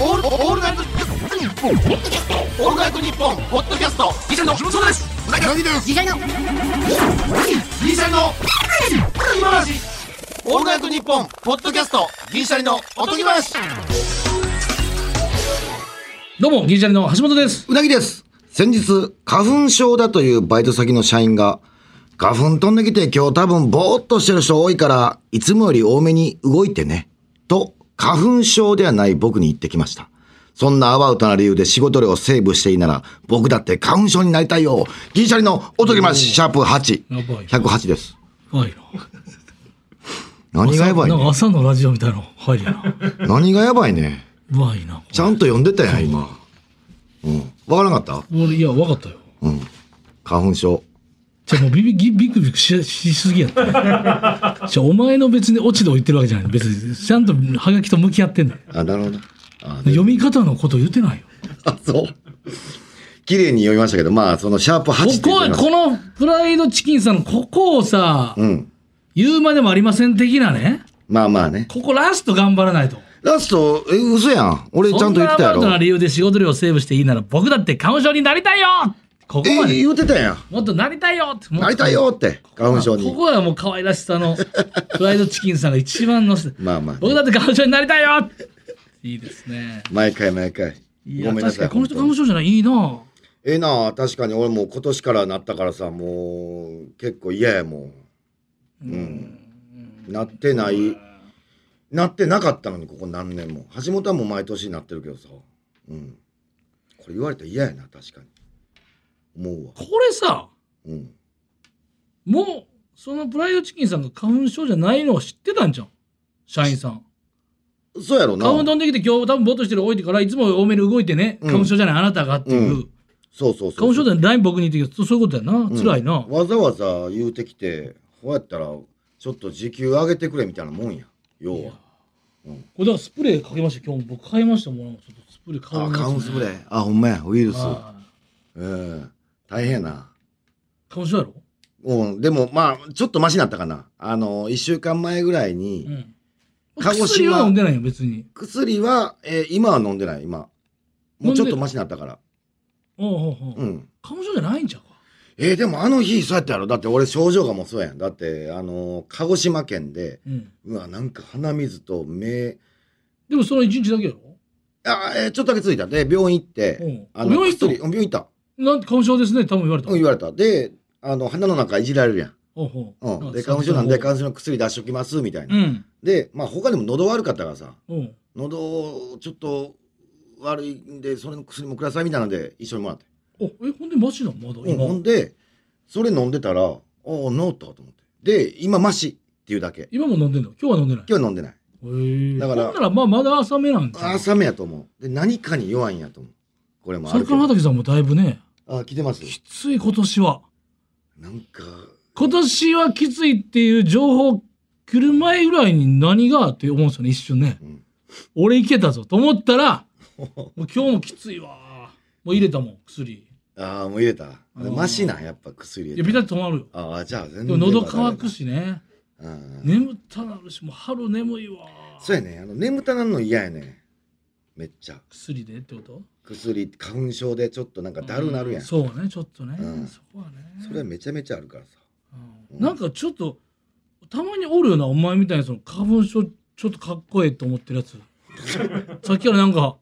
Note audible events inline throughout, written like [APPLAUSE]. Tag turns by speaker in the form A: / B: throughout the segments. A: オールオールナイトニッポンオールナイトニッポンポッドキャストギシャリの木本壮ですうなぎの
B: ギシャリの
A: ギシャリの今話オールナイトニッポンポッドキャストギシャリのおとぎ話
C: どうも、ギリシャリの橋本です。
D: うなぎです。先日、花粉症だというバイト先の社員が、花粉飛んできて今日多分ぼーっとしてる人多いから、いつもより多めに動いてね。と、花粉症ではない僕に言ってきました。そんなアバウトな理由で仕事量をセーブしていいなら、僕だって花粉症になりたいよ。銀シャリのおとぎまし、シャープ
C: やばい
D: 8。108です。
C: はい。
D: 何がやばい
C: なん
D: ね
C: か朝のラジオみたいなの入るやな。
D: 何がやばいね。
C: うまいな。
D: ちゃんと読んでたやん、今。うん。わからなかった
C: 俺、いや、わかったよ。
D: 花粉症。
C: じゃあもうビビギビクビクししすぎ
D: [LAUGHS]
C: やった。じゃあお前の別に落ち度を言ってるわけじゃない。別に、ちゃんとハガキと向き合ってんだよ。
D: あ、なるほど。あ
C: 読み方のこと言ってないよ。
D: あ、そう。綺麗に読みましたけど、まあ、そのシャープ8って
C: こ
D: 言っ
C: こ
D: て
C: は、
D: ま
C: こ
D: す。
C: のフライドチキンさんのここをさ、
D: うん。
C: 言うまでもありません的なね。
D: まあまあね。
C: ここラスト頑張らないと。
D: ラスト、え、嘘やん。俺ちゃんと言ってたや
C: そんなアバウトな
D: ろ。
C: 理由で仕事量をセーブしていいなら僕だって花粉症になりたいよここ
D: え、
C: まで。
D: 言ってたやん。
C: もっとなりたいよって。もっと
D: なりたいよって、花粉症
C: こ
D: に。
C: こはもう可愛らしさの、 [LAUGHS] フライドチキンさんが一番のせて、
D: まあまあね
C: 僕だって花粉症になりたいよいいですね。
D: 毎回毎回。
C: い
D: ご
C: や、
D: めんな
C: 確
D: さ
C: か
D: い。
C: にこの人花
D: 本
C: 粉
D: 当
C: 症じゃない、いいな
D: ええなあ確かに俺もう今年からなったからさ、もう、結構嫌やもん。うん。なってない。なってなかったのに、ここ何年も。橋本はもう毎年なってるけどさ。うん。これ言われたら嫌やな、確かに。思うわ。
C: これさ、
D: うん。
C: もう、そのフライドチキンさんが花粉症じゃないのを知ってたんじゃん。社員さん。
D: そうやろな。
C: 花粉飛んできて今日多分ぼーっとしてる多いてから、いつも多めに動いてね、
D: うん
C: 花粉症じゃないあなたがっていう。
D: うんそうそうそう。
C: 花粉症じゃない僕に言ってきたそういうことやな。辛いな
D: うん。わざわざ言うてきて、こうやったら、ちょっと時給上げてくれみたいなもんや。要は。
C: これだからスプレーかけました今日僕買いましたもんなんかちょっとスプレー買
D: あ、
C: う
D: カウンスプレー。あ、ほんまや、ウイルス。
C: 花
D: ええ大変やな。
C: 粉症やろ
D: うん、でもまあ、ちょっとマシになったかな。あの、1週間前ぐらいに、
C: うん
D: 鹿児島
C: 薬は飲んでないよ別に
D: 薬は、えー今は飲んでない、今。もうちょっとマシになったから。
C: おうおうおう、
D: うん。
C: 花粉症じゃないんちゃうか
D: えーでもあの日、そうやったやろ。だって俺症状がもうそうやん。だって、あの、鹿児島県で、
C: うん
D: うわ、なんか鼻水と目、
C: でもその一日だけやろ
D: あ、えーちょっとだけついた。で、病院行って、
C: うん
D: あの
C: 病院行った
D: 薬うん病院行った。
C: なんて花粉症ですね多分言われた
D: うん、言われた。で、あの、鼻の中いじられるやん。
C: おうお
D: うん。で、花粉症なんで、
C: か
D: 花粉症の薬出しときます、みたいうな。
C: ん
D: で、まあ、他にも喉悪かったからさ、
C: おう
D: 喉、ちょっと悪いんで、それの薬もください、みたいなので、一緒にもらって。
C: おえほんでマジだまだ
D: うん、
C: 今、
D: ほんで、それ飲んでたら、ああ、治ったと思って。で、今、マシっていうだけ。
C: 今も飲んでんの今日は飲んでない
D: 今日は飲んでない。
C: へえ
D: だから
C: ほんならまあまだ浅めなんです
D: 朝目やと思う。で、何かに弱いんやと思う。これもあるけ
C: 桜
D: ど。
C: 畑さんもだいぶね
D: あ、来てます。
C: きつい今年は
D: なんか、
C: 今年はきついっていう情報来る前ぐらいに何がって思うんですよね一瞬ね、
D: うん
C: 俺いけたぞと思っ
D: [LAUGHS]
C: たらもう今日もきついわもう入れたもん薬
D: ああ、もう入れた。
C: うん
D: マシなん、やっぱ薬入
C: い
D: れ
C: や
D: た。
C: ビタッと止まるよ
D: ああ、じゃあ全然。
C: でも喉乾く。しね
D: うん。
C: 眠ったなるしもう春眠いわ
D: そうやね。あの眠たなんの嫌やね。めっちゃ。
C: 薬でってこと
D: 薬、花粉症でちょっとなんかだるなるやん。
C: う
D: そ
C: そうねちょっとね、
D: うん
C: そこはね
D: れはめちゃめちゃあるからさ。
C: うんなんかちょっとたまにおるよなお前みたいなその花粉症ちょっとかっこええと思ってるや
D: [LAUGHS]
C: つさっきからなんか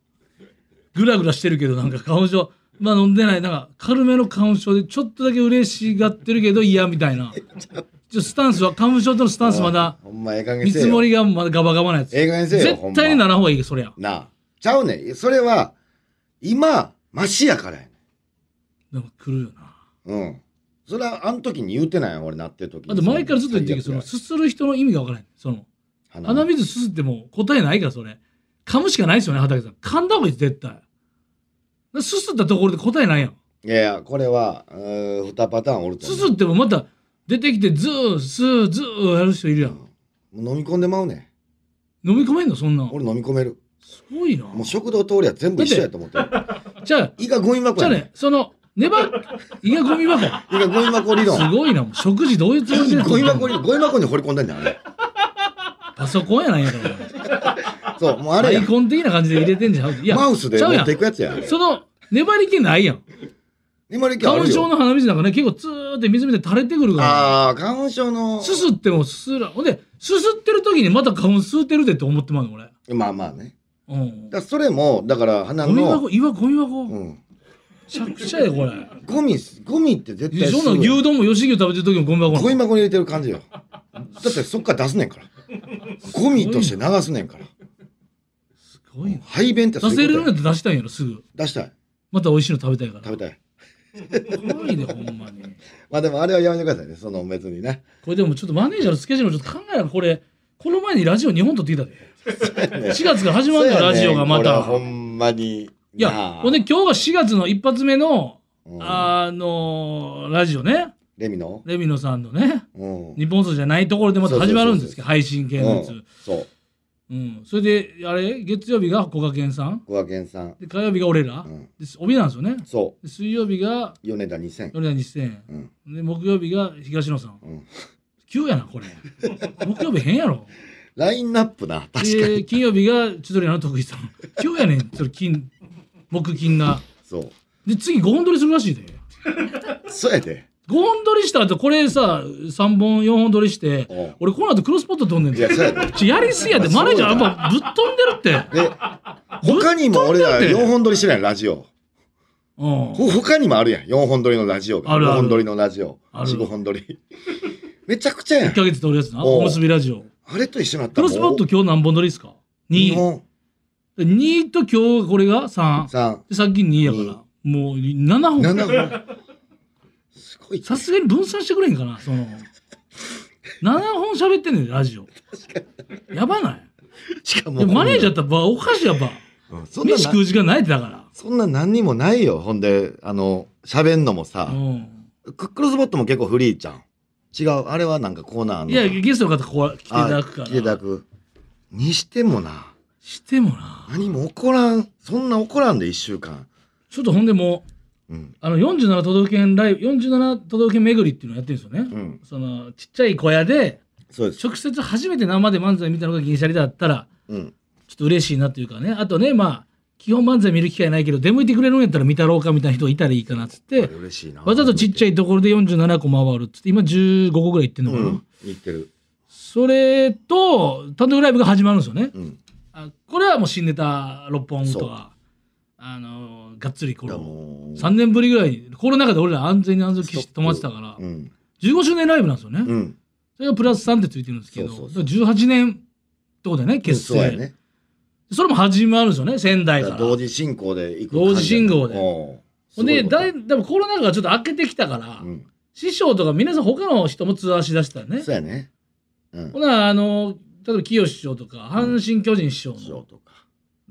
C: グラグラしてるけどなんか花粉症まあ飲んでないなんか軽めの花粉症でちょっとだけ嬉しがってるけど嫌みたいなちょっとスタンスは花粉症とのスタンスまだ
D: ほんまええ加減
C: 見
D: せえよ。
C: 積もりがまだガバガバなやつ
D: ええ加減せえよ。ほん
C: 絶
D: ま
C: 対にならん方がいいそりゃ
D: なあ。ちゃうねん。それは、今、マシやからやね。
C: でも来るよなん
D: うん。それはあの時に言うてないやん俺なってる時に。
C: だって前からずっと言ってるけどその
D: 最
C: すする人の意味が分からないその
D: 悪や
C: 鼻水すすっても答えないからそれ噛むしかないですよね畑さん噛んだ方がいいです絶対すすったところで答えないやん
D: いやいや、これは、うー二パターンおると
C: す
D: 思う。
C: すってもまた出てきてズースーズーやる人いるやん
D: もう飲み込んでまうねん。
C: 飲み込めんのそんなん
D: 俺飲み込める。
C: すごいな
D: もう食堂通りは全部一緒やと思ってる。
C: じゃあ
D: 胃がゴミ箱
C: じゃ
D: や
C: あ
D: ねん
C: ねその粘胃がゴミ箱す
D: 胃がゴミ箱理論。
C: ごいなもう食事どういうつもりで
D: ゴミ箱に、ゴミ箱に掘り込んでんねん、あれ。
C: パソコンやないんやから
D: そう、もうあ
C: ア
D: れや
C: イ。コン的な感じで入れてんじゃん。いや、
D: マウスで
C: ちゃう
D: 持
C: や
D: っ
C: ん
D: てい。くやつや。
C: その、粘り気ないやん。
D: 今力あ
C: 花粉
D: る
C: 症
D: よ。
C: の花水なんかね、結構ツーって水みたいに垂れてくるから。
D: ああ、花粉症の。
C: [LAUGHS] すすってもすすらん。ほんで、すすってる時にまた花粉吸うてるでって思ってまうの、俺。
D: まあまあね。
C: うん。
D: だからそれも、だから鼻
C: ゴミ
D: の。
C: 箱、いわ、ゴミ箱。
D: う
C: め
D: ん。
C: ちゃくちゃや、これ。
D: ゴミ、ゴミって絶対
C: そ
D: す
C: んな
D: ぐ。
C: の牛丼も吉牛食べてる時もゴミ箱なの
D: ゴミ箱に入れてる感じよ。だってそっから出すねんから。ゴミとして流すねんから。
C: すごいな。
D: 排便ってそう
C: 出
D: いう
C: せ
D: こ
C: る
D: とや
C: ようになって出したいんやろ、すぐ。
D: 出したい。
C: また美味しいの食べたいから。
D: 食べたい。
C: すごいね、ほんまに。
D: まあでもあれはやめてくださいね。その別にね。
C: これでもちょっとマネージャーのスケジュールもちょっと考えながらこれこの前にラジオ2本撮ってきたで4月が [LAUGHS] 始まるんだよラジオがま
D: そうやねん
C: た
D: これはほんまに。
C: いや
D: なあ
C: ほんで今日が4月の一発目の
D: うん
C: あのラジオね
D: レミの
C: レミノさんのね
D: うん。
C: 日本放送じゃないところでまた始まるんですけど配信系のや
D: う
C: つ
D: んそう。
C: うんそれであれ月曜日がこがけんさん
D: 小賀健さん。
C: で火曜日が俺ら
D: うん。
C: で帯なんですよね
D: そ
C: で水曜日が
D: う。米田2000。
C: 米田2000円
D: うん。
C: で木曜日が東野さん
D: うん。
C: 急やなこれ木曜日変やろ
D: ラインナップな。確か
C: で
D: に。
C: 金曜日が千鳥の徳井さん今日やねんそれ金木金が
D: そう。
C: で次5本撮りするらしいで
D: そうやで。
C: 5本撮りした後これさ3本4本撮りして
D: おう
C: 俺この後クロスポット撮んねん
D: いや、
C: て
D: そうやで。
C: ちょやりすぎやで
D: まあ
C: マネージャーや
D: そ
C: っ
D: うだ
C: ぱぶっ飛んでるって
D: で、他にも俺ら4本撮りしてるやん、ラジオ。
C: う
D: ほ他にもあるやん。4本撮りのラジオが。
C: あるある
D: 5本撮りのラジオ。
C: ある
D: 4、5本撮り。めちゃくちゃや
C: 1
D: ん。
C: ヶ月撮るやつな
D: おう
C: おむすびラジオ
D: あれと一緒になっ
C: ク
D: た
C: ロスポット今日何本撮りですか
D: 2
C: 2
D: 本。
C: 2と今日これが3
D: 3。
C: でさっき2やからもう7本
D: 7本。すごい。
C: さすがに分散してくれへんかな、その。7本喋ってんねん、ラジオ。やばない
D: しか
C: で
D: も。
C: マネージャーってやっぱおかしいやっぱ。
D: うんそんな
C: 飯食う時間ないってだから。
D: そんな何にもないよ。ほんで、あの、喋んのもさ
C: う。ん。
D: クックルスボットも結構フリーじゃん。違う。あれはなんかコーナーあんの
C: いや、ゲストの方ここは来ていただくから。
D: あ来ていただく。にしてもな。
C: してもな。
D: 何も起こらん。そんな起こらんで、1週間。
C: ちょっとほんでもう、
D: うん。
C: あの、47都道府県ライブ、47都道府県巡りっていうのやってるんですよね。
D: うん。
C: その、ちっちゃい小屋で、
D: そうです。
C: 直接初めて生で漫才見たのが銀シャリだったら、
D: うん。
C: ちょっと嬉しいなというかね。あとね、まあ、基本漫才見る機会ないけど、出向いてくれるんやったら見たろうかみたいな人がいたらいいかなっつって、
D: 嬉しいな。
C: わざとちっちゃいところで47個回るっつって今15個ぐらいいってんのか
D: う
C: な、
D: ん。言ってる。
C: それと単独ライブが始まるんですよね、
D: うん。
C: あこれはもう新ネタ6本とかあのーがっつりこ
D: い
C: れ
D: や
C: を
D: もう。
C: 3年ぶりぐらいにコロナ禍で俺ら安全に安全を期して止まってたから、
D: うん。
C: 15周年ライブなんですよね、
D: うん。
C: それがプラス3ってついてるんですけど
D: そうそう
C: 十
D: そう
C: 18年ってことだよね結成、
D: そうやね。
C: それも始まるんですよね仙台
D: だ
C: か
D: からら同時進行で行く
C: 同時進行で
D: で。
C: ほんでだい
D: い
C: でもコロナ禍がちょっと明けてきたから、
D: うん。
C: 師匠とか皆さん他の人もツアーしだしたらね
D: そうやね。うん
C: ほ。なあの例えば清師匠とか阪神・巨人師匠
D: そう
C: の、
D: とか。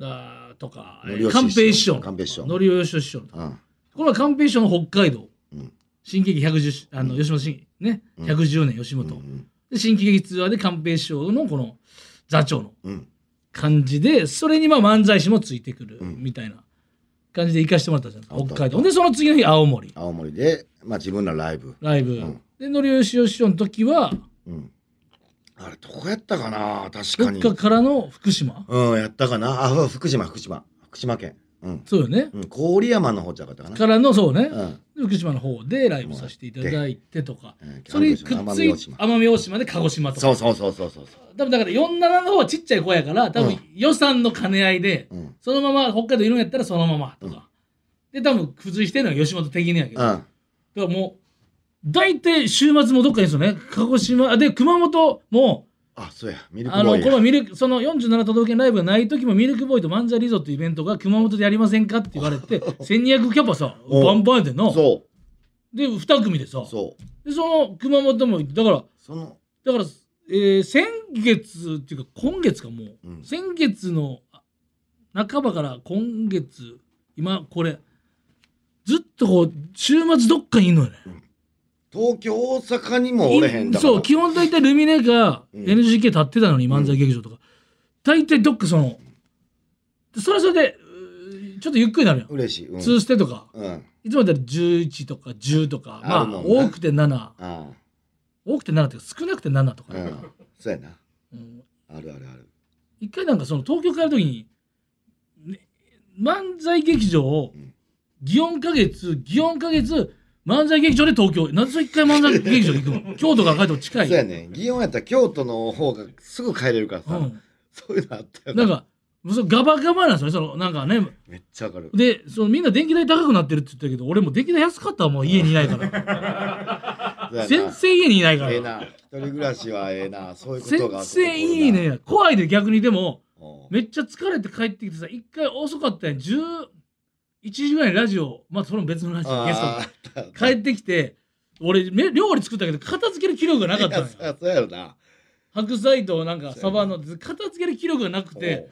C: あーとか
D: のりよし師匠
C: 寛平師匠
D: 寛平師匠
C: のりおよしお師匠とか
D: うん。
C: この寛平師匠の北海道、
D: うん
C: 新喜劇110あの、
D: うん
C: 吉本新ね
D: うん
C: 110年吉
D: う
C: 本、
D: ん。
C: で新喜劇ツアーで寛平師匠のこの座長の
D: うん。
C: 感じでそれにまあ漫才師もついてくる
D: うん
C: みたいな感じで行かしてもらったじゃん、
D: あった
C: 北海道でその次の日青森
D: 青森で、まあ自分らライブ。
C: ライブ、
D: ん
C: でのりおよしお師匠の時は
D: うん。あれ、どこやったかな確
C: ど
D: か
C: っ
D: に。
C: かからの福島
D: うん、やったかなあ、ふ福島、福島。福島県。うん。
C: そうよね、
D: うん、郡山の方じゃなかったか
C: からのそうね、
D: な。うん。
C: 福島の方でライブさせていただいてとか
D: うん
C: それにくっつ
D: 奄美
C: い
D: 大
C: て
D: 島
C: 奄美大島で鹿児島と
D: そ
C: か
D: うそうそうそうそうそ
C: 多分だから47の方はちっちゃい子やから多
D: う
C: 分
D: ん
C: 予算の兼ね合いで
D: う。うん。
C: そのまま北海道いるんやったらそのままとかで多分付随してるのは吉本的にやけど
D: う
C: だか
D: ん。
C: らもう大体週末もどっかにいるんですよね鹿児島で熊本も
D: あ、そうや。ミルク
C: あ
D: ボ
C: の
D: ーイ
C: この
D: や。
C: ミルクその47都道府県ライブがない時もミルクボーイと漫才リゾートイベントが熊本でやりませんかって言わ
D: [LAUGHS]
C: れて1200キャパさ
D: お
C: バンバンやでんな
D: そ
C: で2組でさ
D: う。そう。
C: でその熊本もだから
D: その、
C: だから、えー先月っていうか今月かもう、
D: うん
C: 先月のあ半ばから今月今これずっとこう週末どっかにいんのよね。
D: 東京、大阪にもおれへんだから。
C: そう基本大体ルミネが
D: うん
C: NGK 立ってたのに漫才劇場とか、大体どっかそのでそれはそれでうーちょっとゆっくりなるやん、
D: 嬉しい。うん。
C: ツーステとか
D: うん。
C: いつもだったら11とか10とか
D: ある
C: まあ
D: もんな
C: 多くて7
D: あ
C: 多くて7っていうか少なくて7とか
D: あ。う
C: ね、
D: ん。そうやな。
C: うん
D: あるあるある。
C: 一回なんかその東京帰る時に、ね漫才劇場を祇園花月祇園花月漫才劇場で東京なぜそれ一回漫才劇場に行
D: [LAUGHS]
C: くの京都から帰っても近い
D: そうやね祇園やったら京都の方がすぐ帰れるから
C: う
D: さ、
C: ん、
D: そういうのあったよ
C: な
D: なん
C: かそのガバガバなんですよねそのなんかね
D: めっちゃわかる
C: でそのみんな電気代高くなってるって言ったけど俺も電気代安かったわもう家に
D: [LAUGHS]
C: いないから
D: そうやな
C: 全然家にいないから
D: ええな一人暮らしはええなそういうこと
C: 全
D: が
C: 然いいね怖いで逆にで
D: う
C: も
D: ん
C: めっちゃ疲れて帰ってきてさ一回遅かったやん11時ぐらいにラジオまあそれも別のラジオゲス
D: あ
C: ト
D: ーあった
C: 帰ってきて俺め料理作ったけど片付ける気力がなかったの
D: いや
C: よ
D: そうやろな
C: 白菜となんかサバの片付ける気力がなくて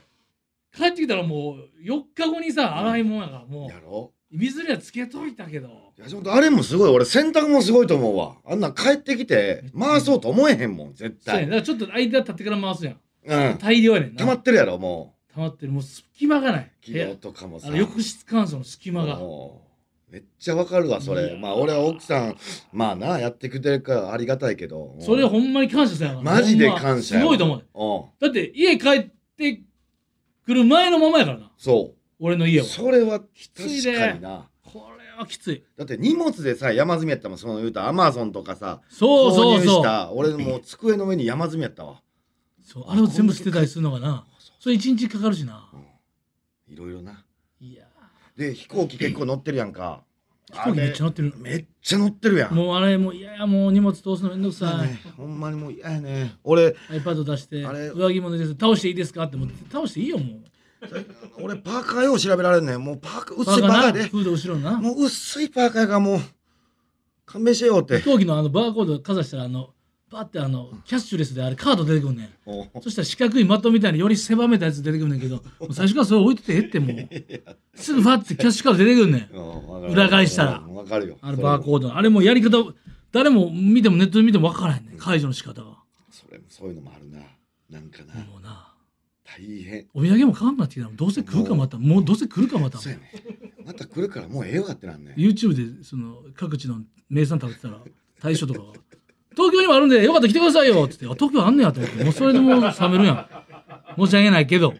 C: 帰ってきたらもう4日後にさ洗い物やから
D: お
C: も
D: うやろ
C: う水にはつけといたけど
D: 橋本あれもすごい俺洗濯もすごいと思うわあんなん帰ってきて回そうと思えへんもん絶
C: そうやね
D: 対
C: だからちょっと間立ってから回すやん
D: うん
C: 大量やねんな
D: 溜まってるやろも
C: 溜まってるもう隙間がないう部
D: 昨
C: 屋
D: 日とかも
C: あ
D: さ
C: の浴室乾燥の隙間が
D: おうめっちゃわかるわそ
C: い
D: れ
C: や
D: まあ俺は奥さんまあなやってくれてるからありがたいけど
C: それ
D: を
C: ほんまに感謝さやな
D: マジで感謝やわ
C: すごいと思う
D: おう
C: だって家帰ってくる前のままやからな
D: そ
C: 俺の家
D: う
C: は
D: それは
C: きつい
D: 確か
C: で
D: にな
C: これはきつい
D: だって荷物でさ山積みやったもんその言うたアマゾンとかさ
C: そうそう
D: 購入し
C: そう
D: た俺もう机の上に山積みやったわ
C: そうあれを全部捨てたりするのがなそれ一日かかるしない
D: ろいろない
C: や
D: で飛行機結構乗ってるやんか
C: ー飛行機めっちゃ乗ってる
D: あれめっちゃ乗ってるやん
C: もうあれもういやいやもう荷物通すのめんどくさい
D: ねほんまにもう嫌やね俺
C: iPad 出して
D: あれ
C: 上着も脱いで倒していいですかって思って倒していいよもう
D: 俺パーカーよう調べられんねんもうパーカー
C: バ
D: 薄いパーカー
C: カな
D: で
C: フード後ろな
D: もう薄いパーカーがもう勘弁してよって
C: 飛行機のあのバーコードかざしたらあのパってあのキャッシュレスであれカード出てくんねん
D: おう
C: そしたら四角い的みたいにより狭めたやつ出てくるんだけど、もう最初からそれ置いててええってもう。すぐファってキャッシュから出てくるねん。
D: うんわかる
C: 裏返したら
D: うんわかるよ
C: あのバーコードの。あれもやり方、誰も見てもネットで見ても分からへんねん。解除の仕方が。
D: それもそういうのもあるななんかな
C: もうな。
D: 大変
C: お土産も買わんくなってきたら、どうせ来るかまた、もうどうせ来るかまた。
D: そうやねまた来るからもうええわってなんねん
C: YouTube でその各地の名産食べてたら、大将とかが、東京にもあるんで、よかったら来てくださいよって言って、あ東京あんねやと思って、もうそれでもう冷めるやん。申し訳ないけど、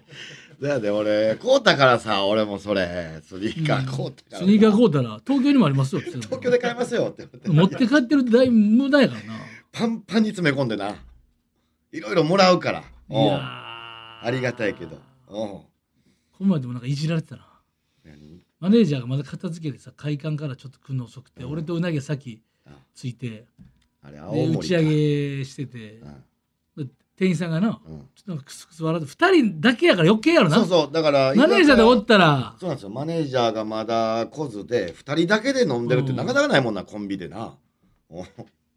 D: だよね俺こうたからさ俺もそれスニーカーこうたから
C: スニーカー買うたら、東京にもありますよって言ってた
D: 東京で買いますよって言われて
C: 持って帰ってるってだいぶ無駄やからな。
D: パンパンに詰め込んでないろいろもらうから
C: い
D: おう
C: やー
D: ありがたいけどおう
C: この前でもなんかいじられてたな。
D: 何
C: マネージャーがまだ片付けてさ、会館からちょっと来るの遅くて、俺とうなぎが先
D: あ
C: 着いて、
D: あれ
C: で
D: 青森
C: 打ち
D: か
C: 上げしてて
D: う、ん
C: で店員さんがな、
D: うん
C: ちょっとなんかクスクス笑って、二人だけやから余計やろな。
D: そうそうだから
C: マネージャーでお
D: 居酒屋
C: ったら、
D: そうなんですよマネージャーがまだ来ずで2人だけで飲んでるって
C: うん
D: なかなかないもんな、コンビでなおう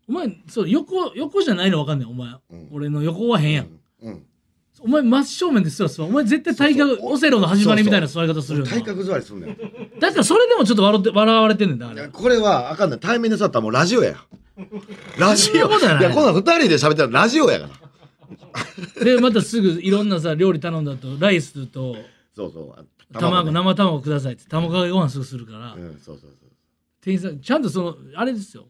C: お前、そう、横、横じゃないの分かんない、お前。
D: うん
C: 俺の横は変やん。
D: うん
C: お前真正面ですら座るお前絶対体
D: そう
C: 格
D: そう
C: オセロの始まりみたいな座り方するよな
D: 体格座りすんねん
C: だからそれでもちょっと笑って笑われてんねんだあ
D: い
C: れ
D: やこれはあかんない対面で座ったらもうラジオやラジオ
C: そんなことはない
D: やこんなん2人で喋ったらラジオやから
C: でまたすぐいろんなさ料理頼んだとライスと
D: そうそうあ
C: 卵
D: ね
C: 生卵くださいって卵かけご飯すぐするから、
D: うんそうそうそう
C: 店員さんちゃんとそのあれですよ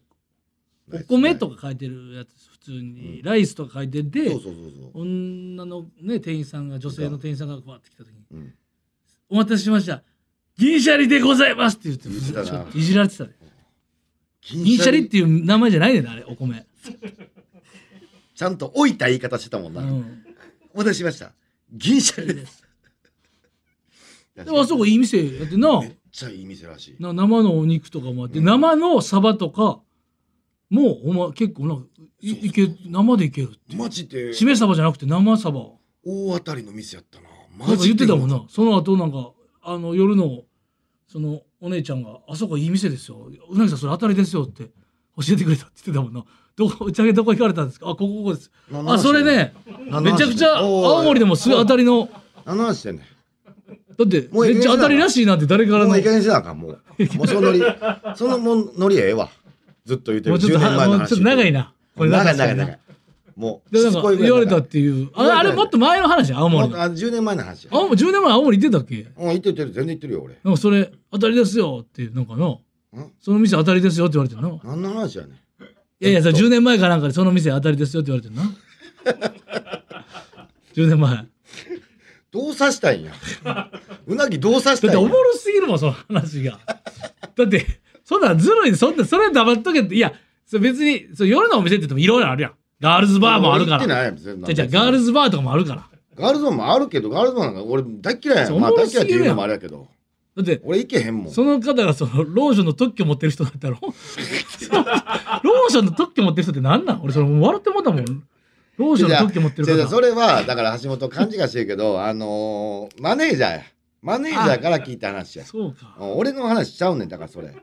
C: お
D: ナイス
C: 米とか書いてるやつ普通に、ライスとか書いてて
D: そうそうそうそう。
C: 女のね店員さんが女性の店員さんがバーって来た時に
D: うん、
C: 「お待たせしました銀シャリでございます」って言って
D: 言ってたな
C: ちょっといじられてたで
D: 銀
C: 銀シャリっていう名前じゃないねんなあれお米、
D: ちゃんと置いた言い方してたもん
C: う
D: な。
C: ん、
D: お待たせしました。銀シャリです。
C: でもあそこいい店やってな
D: めっちゃいい店らしい。
C: な生のお肉とかもあって、生のサバとかもうお前結構なんかいいけ生でいける
D: マジで
C: しめ鯖じゃなくて生鯖
D: 大当たりの店やったな。
C: な
D: マ
C: んか言
D: ジ
C: って
D: で
C: たもん。なその後なんかあの夜のそのお姉ちゃんが「あそこいい店ですようなぎさんそれ当たりですよ」って教えてくれたって言ってたもんなどこ打ち上げどこ行かれたんですかあここここです
D: 何の
C: あ
D: 話
C: それね
D: 何
C: め
D: の話
C: ちゃくちゃ
D: おい
C: 青森でもすごい当たりの
D: 何の話してんね
C: だって
D: もうええ
C: めっちゃ当たりらしいなんて誰か
D: ん。
C: ら
D: も
C: の
D: ういい加減にせなあかん、もう。もうそのノ
C: [LAUGHS]
D: リ、そのもんノリええわ。ずっと言って
C: も
D: る。
C: うちょっ
D: 10
C: と
D: 年
C: は
D: 前
C: も
D: の
C: う
D: 話。
C: ちょっと長い。なこれ
D: 長い
C: 確
D: 長
C: か
D: い
C: に
D: 長い。もう、
C: でなん
D: しつこ
C: か
D: いぐ
C: 言わ
D: らい
C: れ
D: 長
C: た
D: い
C: っていうあ
D: 言われた
C: あ
D: よね
C: れもっと前の話や青
D: もう
C: 森の
D: あ10年前の話。
C: 青森10年前青森行ってたっけ
D: うん、言ってる言ってる。全然言ってるよ、俺。
C: なんかそれ当たりですよっていうなんかなその店当たりですよって言われてるな
D: 何の話やねん。
C: いやいや、それ10年前かなんかでその店当たりですよって言われてるな。10年前。
D: どうさした
C: [LAUGHS]
D: いんや。うなぎどうさし
C: だったて
D: い
C: お
D: ん
C: も
D: や。
C: ろすぎるもんその話がだってそんなんずるいでそんなそれは黙っとけっていやそう別にそう夜のお店って言ってもいろいろあるやんガールズバーもあるか
D: 俺行って
C: ら
D: ないやん全
C: じ
D: 然
C: ゃじゃガールズバーとかもあるから
D: ガールズバーもあるけど、ガールズバーなんか俺大っ嫌いや
C: そ
D: ん。
C: う
D: まあ
C: おも
D: 大
C: ろ
D: っ
C: す
D: 嫌いっ
C: ぎ
D: てい
C: る
D: う
C: や
D: の
C: ん
D: もあれやけど。
C: だって
D: 俺行けへんもん。
C: その方がそのローションの特許持ってる人だったろ [LAUGHS] そのローションの特許持ってる人って何なん俺それもう笑ってもうたもんローションの特許持ってる
D: じゃあじゃあ
C: 方
D: それは、だから橋本勘違いしてるけど、あのーマネージャーや。マネージャーから聞いた話や。
C: そうか
D: うん俺の話しちゃうねん、だからそれ。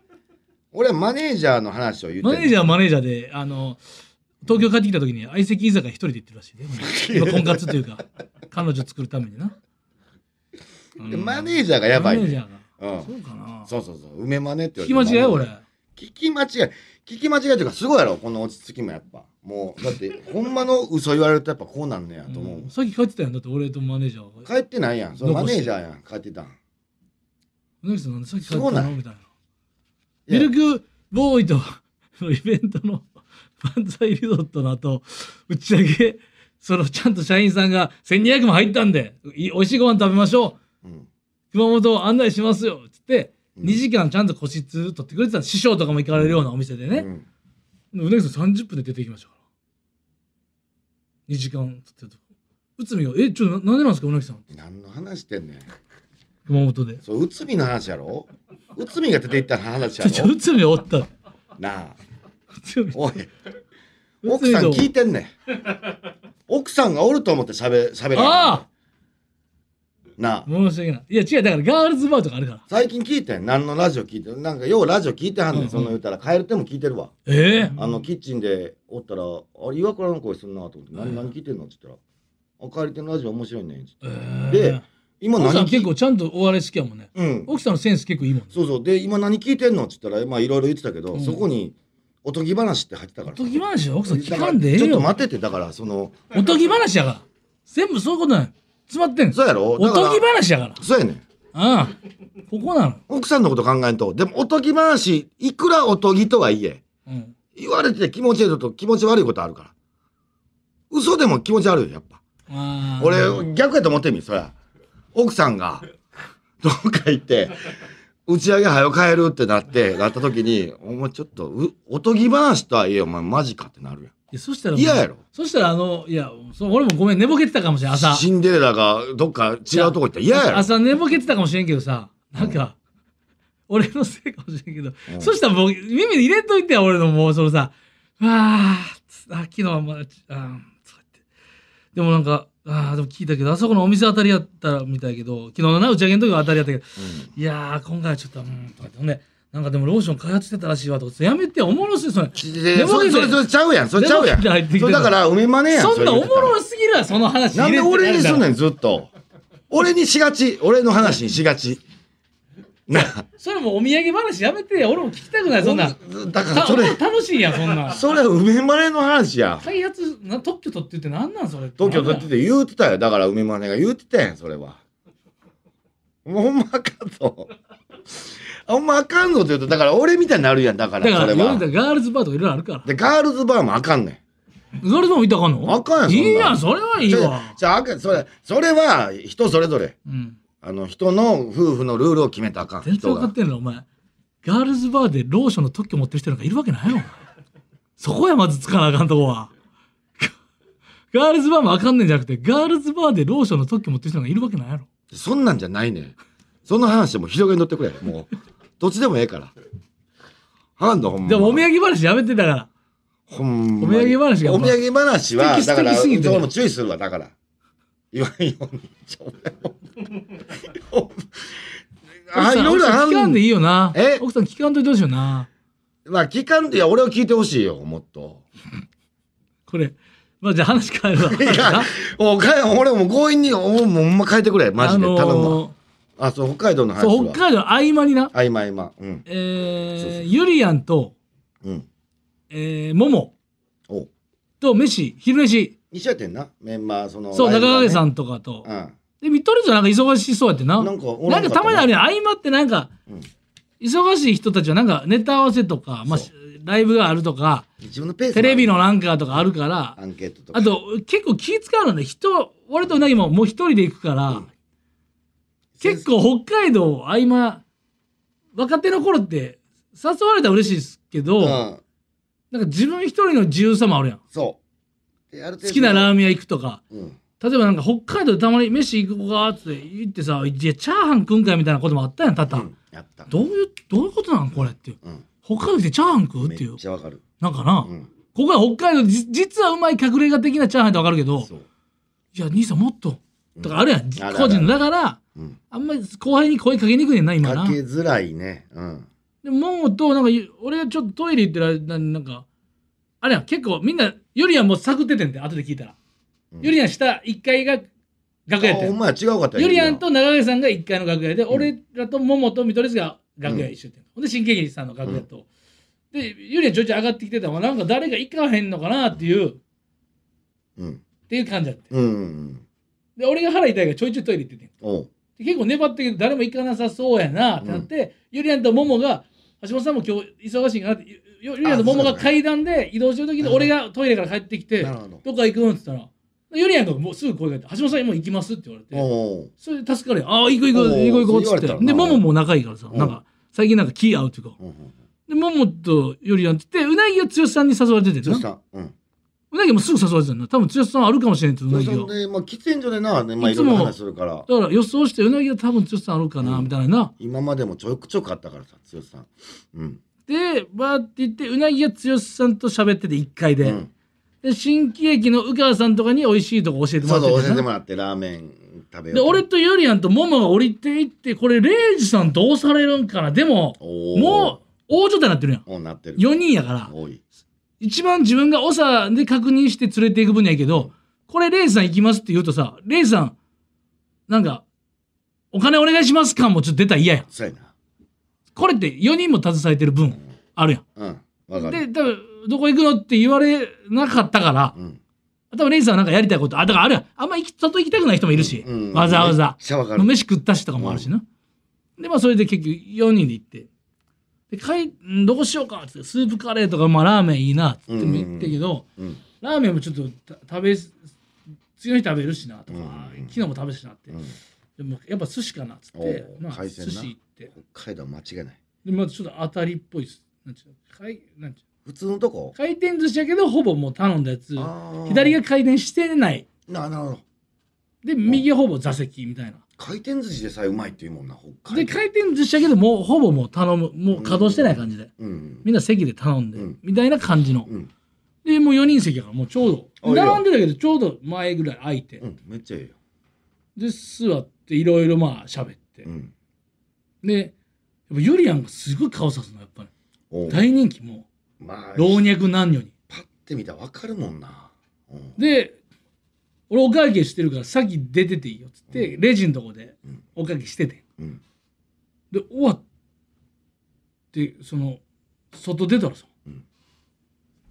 D: 俺はマネージャーの話を言って
C: マネージャー
D: ー
C: はマネージャーであの東京帰ってきた時に相席居酒屋一人で行ってるらしいね今婚活というか彼女作るためになうん
D: マネージャーがやばい、
C: マネー
D: ね
C: ジ
D: ん。
C: ャーが
D: うん
C: そうかな
D: そうそうそう、梅マネって
C: 聞き
D: 言
C: 間
D: われて
C: 違い俺
D: 聞き間違い聞き間違いというかすごいやろこの落ち着きもやっぱもうだってほんまの嘘言われるとやっぱこうなんねやと思う、
C: うんさっき帰ってたやんだって俺とマネージャーが
D: 帰ってないやんそのマ
C: 残
D: ネ
C: して
D: ージャーやん帰ってたん
C: うなぎさんなんでさっき帰っ
D: そう
C: た
D: な
C: の
D: ん
C: みたいない
D: や
C: ミルクボーイと [LAUGHS] のイベントの万歳リゾットの後打ち上げそのちゃんと社員さんが1200も入ったんでい美味しいご飯食べましょ
D: うん
C: う熊本を案内しますよっつって
D: うん
C: 2時間ちゃんと個室取ってくれてた師匠とかも行かれるようなお店で
D: う
C: ね
D: ん
C: でうなぎさん30分で出てきましたから2時間取ってると内海が「えちょななんでなんですかうなぎさん」
D: 何の話してんねん
C: 熊本で。
D: そう内海の話やろ内海が出て行った話や
C: ちょ、
D: ろ
C: 内海お
D: [LAUGHS]
C: った。
D: なあ
C: 内海
D: おい奥さん聞い
C: [LAUGHS] 内
D: てんねん奥さんがおると思ってしゃべしゃべ
C: 海
D: ら
C: と
D: な
C: あ
D: な
C: あ
D: あ
C: 申し訳ない。いや、違う、だからガールズバーとかあるから。
D: 最近聞いてん何のラジオ聞いてんなんかようラジオ聞いてはんねん、
C: うんうん
D: そんな言うたら帰る手も聞いてるわ
C: ええ
D: あのキッチンでおったら「あれ岩倉の声すんな」と思って「何何聞いてんの?」っつったら「あ帰り手のラジオ面白いねん」っつって
C: ええ
D: で今
C: 奥さ
D: 何
C: ん
D: 聞
C: 結
D: い
C: 構ちゃんとお笑い好きやもんね。
D: うん
C: 奥さんのセンス結構いいもんね。
D: そうそうで今何聞いてんのっつったらまあいろいろ言ってたけど、
C: うん
D: そこにおとぎ話って入ってたから
C: おとぎ話は奥さん聞
D: だら
C: かんでええ
D: ちょっと
C: よ。
D: 待っててだからその
C: おとぎ話やから。全部そういうことなんや詰まってんの
D: そうやろ
C: お
D: だから
C: とぎ話やから。
D: そうやねん
C: ああ。ここなの。
D: 奥さんのこと考えんとでもおとぎ話いくらおとぎとはいえ
C: うん。
D: 言われて気持ちいいことと気持ち悪いことあるから嘘でも気持ち悪いよやっぱ
C: ああ。
D: 俺逆やと思ってみそりゃ奥さんがどっか行って打ち上げ早う帰るってなってなった時にお前ちょっとうおとぎ話とはいえお前マジかってなる
C: いやそしたら、
D: 嫌やろ。
C: そしたら、あの、いや、そう俺もごめん、寝ぼけてたかもしれ
D: や
C: ん、
D: ん
C: 朝。
D: シンデレラがどっか違うとこ行ったら嫌やろ
C: 朝寝ぼけてたかもしれんけどさなんか、俺のせいかもしれんけど、
D: うん
C: そしたらもう耳に入れといてよ俺のもうそのさ「わあつあ昨日はまだちあーそうやってでもなんかあーでも聞いたけどあそこのお店当たりやったみたいけど昨日のな打ち上げの時は当たりやったけどいやー今回はちょっとうん」とかってほんでなんかでもローション開発してたらしいわとかやめておもろしいそれ
D: ででそれそれそれちゃうやんそれちゃうやん
C: でも入ってきてる
D: それだから梅マネやん
C: そんなおもろ
D: い
C: すぎるわその話
D: なん
C: 入
D: で
C: れて
D: 俺にすんねんずっと俺にしがち俺の話にしがちなあ
C: それもうお土産話やめてよ俺も聞きたくないそんなん
D: だからそれ
C: た楽しいやんそんなん
D: それ梅マネの話やん
C: 開発な特許取ってってなんなんそれ
D: 東京だってて言うてたよだから梅マネが言うてたやんそれはもうほんまあかんぞほんまあかんぞって言うとだから俺みたいになるやんだか
C: だ
D: ら
C: か
D: そ
C: ら
D: れ
C: 夜
D: は
C: だガールズバーとかいろいろあるから
D: でガールズバーもあかんね
C: ガールズバーも行ったらあかん
D: ん
C: の
D: あかんやん
C: いいやん
D: そ
C: それはい
D: ん
C: い
D: なん
C: わ
D: じゃああかんそれそれは人それぞれ
C: うん
D: あの人の夫婦のルールを決めたらあかん
C: 全然
D: 人
C: 分かっ
D: が
C: てんのお前ガールズバーでローションの特許持ってる人なんかいるわけないのそこやまずつかなあかんとこはガールズバーもあかんねんじゃなくてガールズバーでローションの特許持ってる人なんかいるわけないやろ
D: そんなんじゃないねんその話もう広げに乗ってくれもうどっちでもええからあかんのほんま
C: じゃあお土産話やめてだから
D: ほん
C: お
D: まに
C: 土産話が
D: お土産話は、
C: 素敵
D: だから、
C: 素敵すぎて
D: そこも注意するわ、だから。言わんように。ちょお前もあ、いろいろあ
C: 奥さん聞かん
D: ん
C: でいいよな
D: え
C: 奥さん聞かんといてほしいよな
D: まあ、聞かんで、いや、俺を聞いてほしいよ、もっ
C: [LAUGHS]
D: と。
C: これ、まあ、じゃあ話変えるわ。
D: [LAUGHS] いや、おかえ俺もう強引に、おもうほんま変えてくれ、マジで。頼むわ。
C: ー
D: あ、そう、北海道の話
C: そう
D: は。
C: 北海道の合間にな、
D: あ、今、今。うん。
C: え
D: そうそう
C: ー、ゆりやんと、
D: うん。
C: えー、もも
D: お
C: と飯、昼飯、
D: 西やってんな、メンバー、その。
C: そう、
D: ライブ
C: 中
D: がね
C: 影さ。んとかと。
D: うん。
C: で、見とるじゃなんか忙しそうやってな。
D: な
C: なんん
D: か
C: か
D: おらんかったな
C: たまにあるやん、合間ってなんか、
D: うん
C: 忙しい人たちはなんかネタ合わせとか、まあ
D: そ、
C: ライブがあるとか、
D: 自分のペース。
C: テレビの。なんかとかあるから
D: ア、ンケートとか。
C: あと結構気使うのね、人、俺とうなぎももう一人で行くから、結構北海道合間若手の頃って誘われたら嬉しいですけど、
D: うん。
C: なんか自分一人の自由さもあるやん
D: そう。である程度
C: 好きなラーメン屋行くとか
D: うん。
C: 例えばなんか北海道でたまに飯行こうかって言ってさ「いやチャーハン食うんかい」みたいなこともあったやん多々、
D: やった。
C: どういうどういうことなんこれっていう
D: うん。
C: 北海道でチャーハン食うっ
D: め
C: てい
D: っ
C: う
D: ちゃわかる。
C: なんかな、
D: うん。
C: ここは北海道じ実はうまい隠れ家的なチャーハンってわかるけど
D: そう。
C: いや兄さんもっととかあるやん、
D: あるある
C: 個人のだから
D: うん。
C: あんまり後輩に声かけにくいねんな今な
D: かけづらいね。うん。
C: でももうとなんかゆ俺がちょっとトイレ行ってる間になんかあれやん結構みんなゆりやんもう探っててんて後で聞いたら、
D: うん
C: ゆりやん下1階が楽屋やっ
D: あ
C: て
D: ほん
C: ん
D: まや違うかった
C: ゆりやんと長谷さんが1階の楽屋で、俺らと桃と見取り図が楽屋一緒やってん、ほんで新喜劇さんの楽屋と、でゆりやんちょいちょい上がってきてたのがなんか誰が行かへんのかなっていうっ
D: うん。
C: ていう感じだって
D: うん。うん。
C: で俺が腹痛いからちょいちょいトイレ行っててん
D: おう。
C: で結構粘ってるけど誰も行かなさそうやなってなって、ゆりやんとももが橋本さんも今日忙しいんかなってゆゆゆりやんとももが階段で移動してる時に俺がトイレから帰ってきて
D: なるほど
C: どっか行くんって言ったらゆりやんがもうすぐ声かけて橋本さんもう行きますって言われて
D: おう。
C: それで助かるやんああ行く行
D: お
C: く
D: ーそう言
C: 行く行こ
D: わ
C: うっ
D: れ
C: つ
D: た
C: っ
D: ら
C: て
D: な
C: でももも仲いいからさ
D: うん
C: なんか最近なんか気合うっていうか
D: うんうん。
C: でももとゆりやんってうなぎが剛さんに誘われてて
D: 剛
C: な
D: さん。うん。
C: うなぎもすぐ誘われてたんだ多分剛さんあるかもしれんってうな
D: 剛
C: ぎ
D: さ
C: が
D: んで、まあ、喫煙所でな、ね、まあ、
C: い
D: い
C: つ
D: ろ
C: も
D: んな話するから。
C: だから予想してうなぎが多分剛さんあるかなみたいな、
D: 今までもちょくちょくあったからさ、剛さん。うん。
C: でバーって言ってうなぎが剛さんと喋ってて1階で,、
D: うん
C: で新喜劇の右川さんとかに美味しいとこ教えて
D: そ
C: もら
D: う
C: って
D: そう、
C: る
D: 教えて
C: な
D: もらって、ラーメン食べよう。
C: で俺、とゆりやんとももが降りていってこれレイジさんどうされるんかなでも
D: おー
C: もう大所帯になってるやん
D: おうなってる。
C: 4人やから
D: 多い。
C: 一番自分が長で確認して連れていく分やけどこれレイジさん行きますって言うとさレイジさんなんかお金お願いしますかもちょっと出たら嫌やん
D: そうやな。
C: これって4人も携えてる分あるやん
D: うん。わかる。
C: で多分どこ行くのって言われなかったから
D: うん。
C: 多分レイさんはなんかやりたいことあだからあれやあんま行き外行きたくない人もいるし、
D: うん
C: わざわ
D: めっ
C: ざ
D: ちゃわかる。
C: 飯食ったしとかもあるしな、でまあそれで結局4人で行ってでかいんどうしようかっつってスープカレーとか、まあ、ラーメンいいなっつっても言ったけど、
D: うん。
C: ラーメンもちょっとた食べ次の日食べるしなとか、
D: うん
C: 昨日も食べるしなって、
D: うん。
C: でもやっぱ寿司かなっつって、
D: おう
C: まあ、
D: 海
C: 寿
D: 鮮な
C: 司行って
D: 北海道は間違いない。
C: でまあちょっと当たりっぽいっすなんちゅうの回なんちゅ
D: 普通のとこ
C: う回転寿司やけどほぼもう頼んだやつ左
D: 左
C: が回転してない
D: ななるほど
C: で右ほぼ座席みたいな
D: 回転寿司でさえうまいっていうもんな北
C: で
D: 海道
C: 回転寿司やけどもうほぼもう頼むもう稼働してない感じで
D: うん
C: みんな席で頼んで
D: うん
C: みたいな感じの
D: うん
C: でもう4人席やからもうちょうど
D: あいいよ
C: 並んでたけどちょうど前ぐらい空いて
D: うんめっちゃええよ
C: で座っていろいろまあ喋って
D: うん
C: でやっぱゆりやんがすごい顔さすのやっぱり
D: おう
C: 大人気も
D: まあ
C: う老若男女に
D: パッて見たらわかるもんなうん
C: で俺お会計してるから先出てていいよっつってレジのとこで
D: うん
C: お会計してて
D: うん
C: で終わってその外出たらさ、
D: うん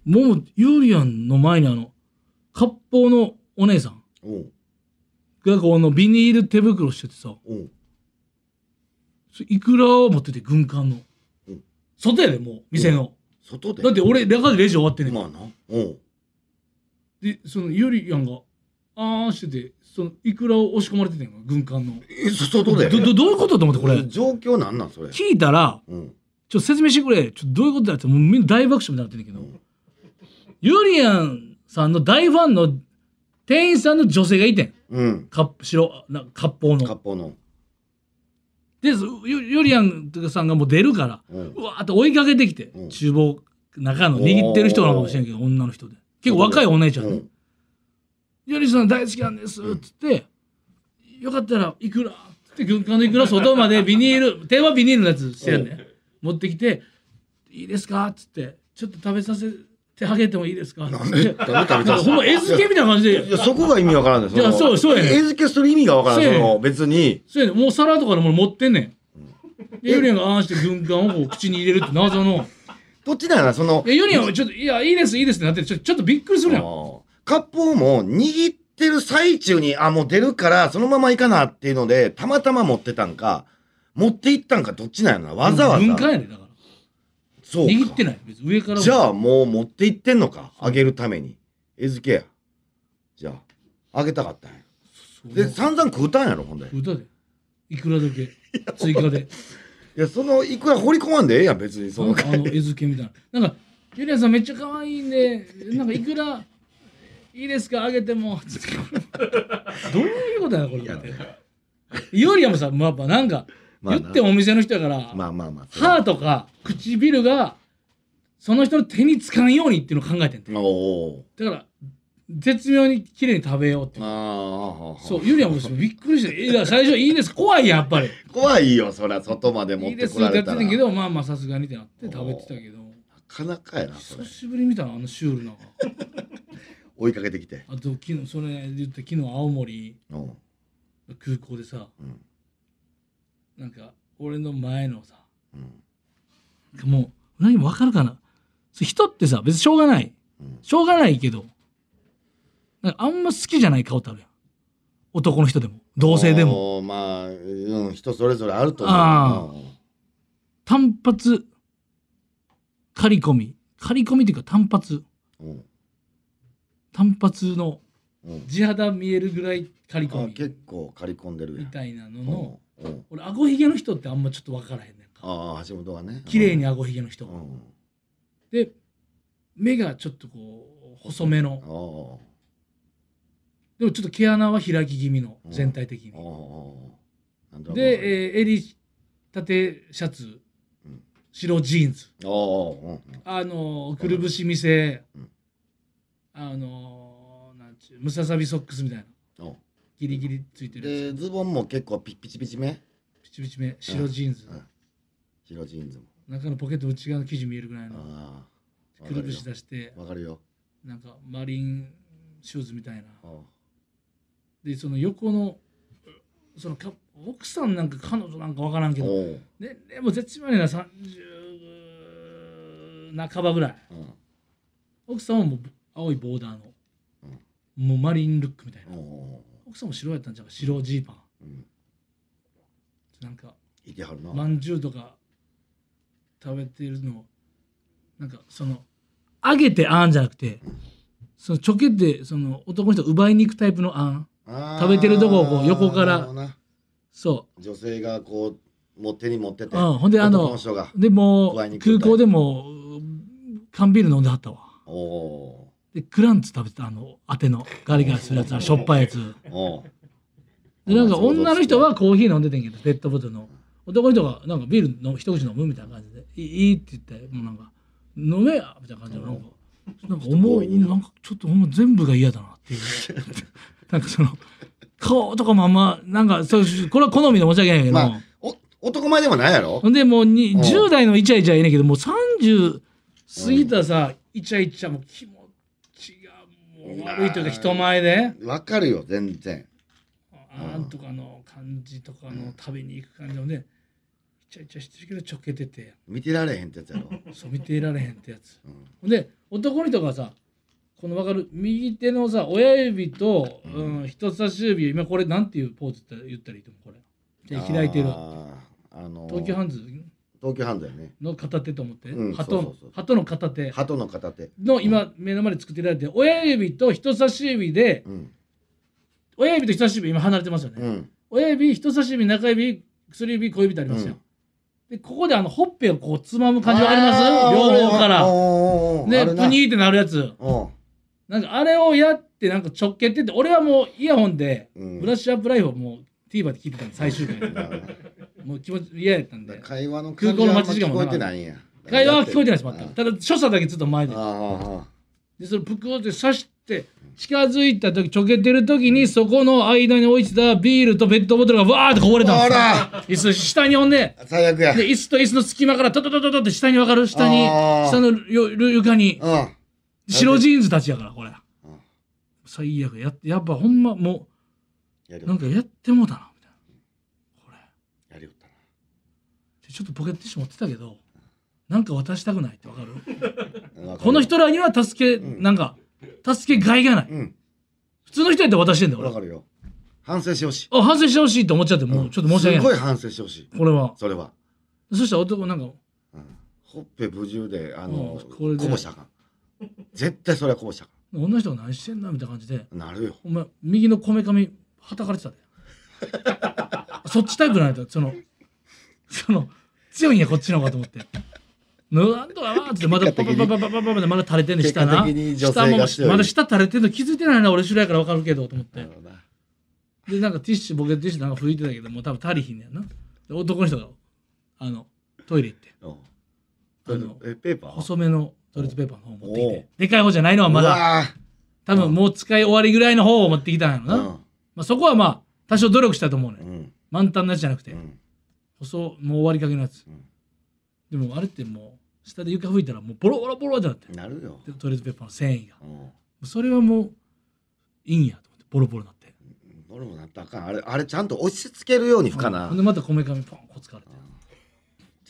C: もうユーリアンの前にあの割烹のお姉さん
D: おう
C: がこのビニール手袋しててさ
D: おう
C: それいくらを持ってて軍艦の、
D: うん
C: 外やでもう店の、
D: 外で
C: だって俺中でレジ終わってんねん、
D: まあなおう
C: でそのユーリアンがあーしててそのいくらを押し込まれててんの軍艦の
D: えそ外で
C: どどどういうことと思ってこれ
D: 状況なんなんそれ
C: 聞いたら
D: うん
C: ちょっと説明してくれちょっとどういうことだってもうみんな大爆笑みたいになってんだけど、
D: うん
C: ユリアンさんの大ファンの店員さんの女性がいてん
D: うん
C: か白な割烹の
D: 割烹の
C: でユユリアンさんがもう出るから
D: うん
C: うわーって追いかけてきて、
D: うん
C: 厨房中の握ってる人なのかもしれんけど女の人で結構若いお姉ちゃん
D: う
C: ね、
D: ん
C: ユリさん大好きなんです」っつって「よかったらいくら」って軍艦のいくら外までビニール手 [LAUGHS] はビニールのやつしてるね持ってきて「いいですか?」っつって「ちょっと食べさせてあげてもいいですか?」っつって
D: ダメ食べた
C: ほんま餌付けみたいな感じ
D: い
C: で
D: やそこが意味わからんねん
C: いや
D: の
C: そうそうやねん
D: 餌付けする意味がわからん
C: そう
D: そ
C: やねん
D: の別に
C: そうやねもう皿とかのもの持ってんねん。でユリアンがああして軍艦をこう口に入れるって謎の
D: どっちだよなその
C: いやユリアンはちょっと「いやいいですいいです」ってなってちょちょっとびっくりするやん
D: 割烹も握ってる最中に、あ、もう出るから、そのまま行かなっていうので、たまたま持ってたんか、持って行ったんか、どっちなんやろな。わざわざ。
C: 軍艦やねんだから
D: そうか
C: 握ってない別に上から
D: じゃあもう持って行ってんのか。あげるために。餌付けや。じゃあ、あげたかったんや。
C: そう
D: で、散々食うたんやろ、ほんで。
C: 歌でいくらだけ追加で
D: いや、その、いくら掘り込まんでええやん、別に。
C: あ
D: そ
C: の
D: の
C: あの餌付けみたいななんか「ゆりやんさんめっちゃ可愛いんでなんかいくらいいですかあげて
D: [LAUGHS]
C: も」つってどういうことやなこれよりはもさもうやっぱなんか
D: まあ
C: 言
D: な
C: ってお店の人やから、
D: まあまあまあ。それは
C: 歯とか唇がその人の手につかんようにっていうのを考えてんて
D: おー
C: だから絶妙に綺麗に食べようって
D: あーあー。
C: そうゆりやんもそうびっくりしていや最初いいです怖いやんやっぱり
D: 怖いよ、そりゃ、外まで
C: い
D: 持
C: い
D: っ
C: で
D: て
C: す
D: こ
C: って
D: ら
C: や
D: れ
C: って
D: た
C: た
D: ら。
C: んやけ
D: な
C: どまあまあさすがにってなって食べてたけど
D: かなかやな、それ
C: 久。しぶりに見たなあのシュールな
D: 追いかけてきて。
C: あと昨日それ言って昨日青森
D: うん。
C: の空港でさ
D: うん。
C: なんか俺の前のさ
D: うん。
C: もう何も分かるかなそれ人ってさ別にしょうがない
D: うん
C: しょうがないけどなんかあんま好きじゃない顔ってあるやん男の人でも同性でも
D: おー。まあ、うん、人それぞれあると
C: あ
D: 思う。
C: 単発刈り込み刈り込みっていうか単発
D: うんうん
C: 単発の
D: うん
C: 地肌見えるぐらい刈り
D: あ
C: 込
D: ー
C: み
D: 結構刈り込んでるや
C: み
D: ん。
C: たいなの
D: う
C: の
D: んうん
C: 俺顎ひげの人ってあんまちょっと分からへんねんか
D: ああ、橋本がね。
C: 綺麗に。顎ひげの
D: う
C: 人
D: ん。
C: で目がちょっとこう細めの
D: ああ。
C: でもちょっと毛穴は開き気味の
D: うん
C: 全体的に
D: ああなんとなくわかる。え
C: で、えー襟縦シャツ
D: うん
C: 白ジーンズ
D: ああ、うんうん
C: あのーくるぶし見せ
D: うん
C: あのーなんちゅうムササビソックスみたいな
D: うん
C: ギリギリついてる
D: で、
C: や
D: ズボンも結構ピッピチピチめ。
C: つピチピチめ白ジーンズ
D: うん白ジーンズも。
C: 中のポケット内側の生地見えるぐらいの
D: ああ。
C: くるぶし
D: だ。
C: 出して
D: わかるよ。
C: なんかマリンシューズみたいな
D: あ
C: でその横のそのか奥さんなんか彼女なんかわからん
D: あ
C: け
D: お
C: ど
D: う
C: 年齢も絶妙にな30半ばぐらい
D: うん。
C: 奥さんはもう青いボーダー
D: う
C: の、
D: ん
C: もうマリンルックみたいな
D: おう
C: 奥さんも白やったんちゃうか白ジーパン
D: うん。
C: なんか
D: いてはるな。
C: まんじゅうとか食べてるのをなんかその揚げてあんじゃなくてそのちょけてその男の人が奪いに行くタイプのあん
D: ああ
C: 食べてるとこをこう横から
D: なるほどな
C: そ
D: 女性がこう、もう手に持って
C: う、
D: て。
C: うん、ほんであ
D: 男
C: の
D: の人が。
C: でも
D: 奪いに
C: う
D: 行くタイ
C: 空
D: プ
C: 港でもう缶ビール飲んではったわ
D: おお
C: でクランツ食べてたあの当てのガリガリするやつあのしょっぱいやつ
D: う。おう
C: でなんか女の人はコーヒー飲んでてんけどペットボトルの男の人がなんかビールの一口飲むみたいな感じで「いいいい」って言ってもうなんか「飲めや」みたいな感じでなんかなんか思
D: 強
C: う
D: 引な
C: なんかちょっとほんま全部が嫌だなっていう [LAUGHS] なんかその顔とかもあんまなんかそうこれは好みで申し訳ないけど、
D: まあ、お男前でもないやろ
C: ほんでもうに
D: うん
C: 10代のイチャイチャはいいねんけどもう30過ぎたさ、イチャイチャもう気持ちがもう悪いというか人前で。
D: わかるよ、全然。
C: あんとかの感じとかの食べに行く感じのね、イチャイチャしてるけどちょけてて、
D: 見てられへんってやつやろ。
C: そう見ていられへんってやつ。
D: うん
C: ほんで、男の人がさ、この分かる、右手のさ、親指と、
D: う
C: うんん人差し指、今これなんていうポーズって言ったらいいと思う、これ。手開いてる。
D: あーあのー
C: 東京ハンズ
D: 東京ハンズやね。の
C: の片手と思って、
D: うん
C: 鳩
D: そう
C: の
D: そうそう
C: 鳩の片手
D: 鳩の片手。
C: の今、目の前で作っていただいて、親指と人差し指で、
D: うん。
C: 親指と人差し指、今離れてますよね。
D: うん。
C: 親指、人差し指、中指、薬指、小指ってありますよ。で、ここであの、ほっぺをこう、つまむ感じわかります
D: あー
C: 両方か
D: おー
C: ら。
D: おーおー
C: ね、
D: ある
C: プ
D: な
C: ニーってなるやつ。
D: お
C: なんか、あれをやって、なんか直結ってて、俺はもうイヤホンで、
D: うん
C: ブラッシュアップライフをもう TVer で聞いてたんで、最終回。もう気持ち嫌やったん
D: [LAUGHS]
C: で。
D: 会話の
C: 空港の待ち時間も
D: 聞こえてないんや。
C: 会話は聞こえてないです、
D: あ
C: 全く。ただ、所作だけずっと前で
D: ー。あーあー
C: で、そのプクって刺して、近づいた時、ちょけてる時に、そこの間に置いてたビールとペットボトルがわーってこぼれたんですよ
D: あ
C: 椅子、下にほんで、
D: 最悪や。
C: で、椅子と椅子の隙間からトトトトトって下に分かる下に、
D: あー
C: 下のよよ床に、
D: うん。
C: 白ジーンズたちやから、これ
D: ん。
C: 最悪や。やっぱほんま、も
D: やり
C: う、
D: よ
C: な
D: っ
C: んかやってもうたな、みたいな。これ。
D: たやりよったな。
C: でちょっとポケットティッシュ持ってたけど、なんか渡したくないって分かる
D: うんわかる
C: この人らには助け、なんか、助けがいがない。
D: うん。
C: 普通の人やったら渡してんだよ、
D: わか
C: 俺。
D: るよ。反省してほしい。
C: あ、反省してほしいって思っちゃって、もうちょっと申し
D: す
C: 訳
D: ご
C: ない
D: い反省してほしい。
C: い。これは。
D: それは。
C: そしたら男、なんか、
D: ほっぺぶじゅうで、あの、
C: うんこ
D: こ
C: れで
D: ぼしたらあかん。絶対それはこぼしたら
C: 女の人が何してんな、みたいな感じで、
D: あかん。なるよ。
C: お前、右のこめかみ、はたかれてたで。そっちタイプなんだよそのその強いんやこっちの方がと思って。なんとかなーっつってまだパパパパパパパパでまだ垂れてんで下な
D: 結果的に女性
C: 下も
D: がしてる
C: まだ下垂れてんの気づいてないな俺白やから分かるけどと思って
D: なるほどな
C: でなんかティッシュボケットティッシュなんか拭いてたけどもう多分足りひんねやなで男の人があのトイレ行って
D: うん
C: あの
D: えペーパー
C: 細めのトイレットペーパーの方を持ってき
D: おう
C: てでかい方じゃないのはま
D: う
C: だ
D: わー
C: 多分もう使い終わりぐらいの方を持ってきたんやろな、まあ、そこはまあ多少努力したと思うね、
D: うんうん
C: 満タンのやつじゃなくて、
D: うん
C: 細もう終わりかけのやつ、
D: うん
C: でもあれってもう下で床拭いたらもうボロボロボロってなって
D: なるよ
C: でトイレットペーパーの繊維が
D: うん
C: それはもういいんやと思ってボロボロなって
D: 俺もなったらあかんあれあれちゃんと押し付けるように拭かな
C: ほんでまたこめかみポンこつかれて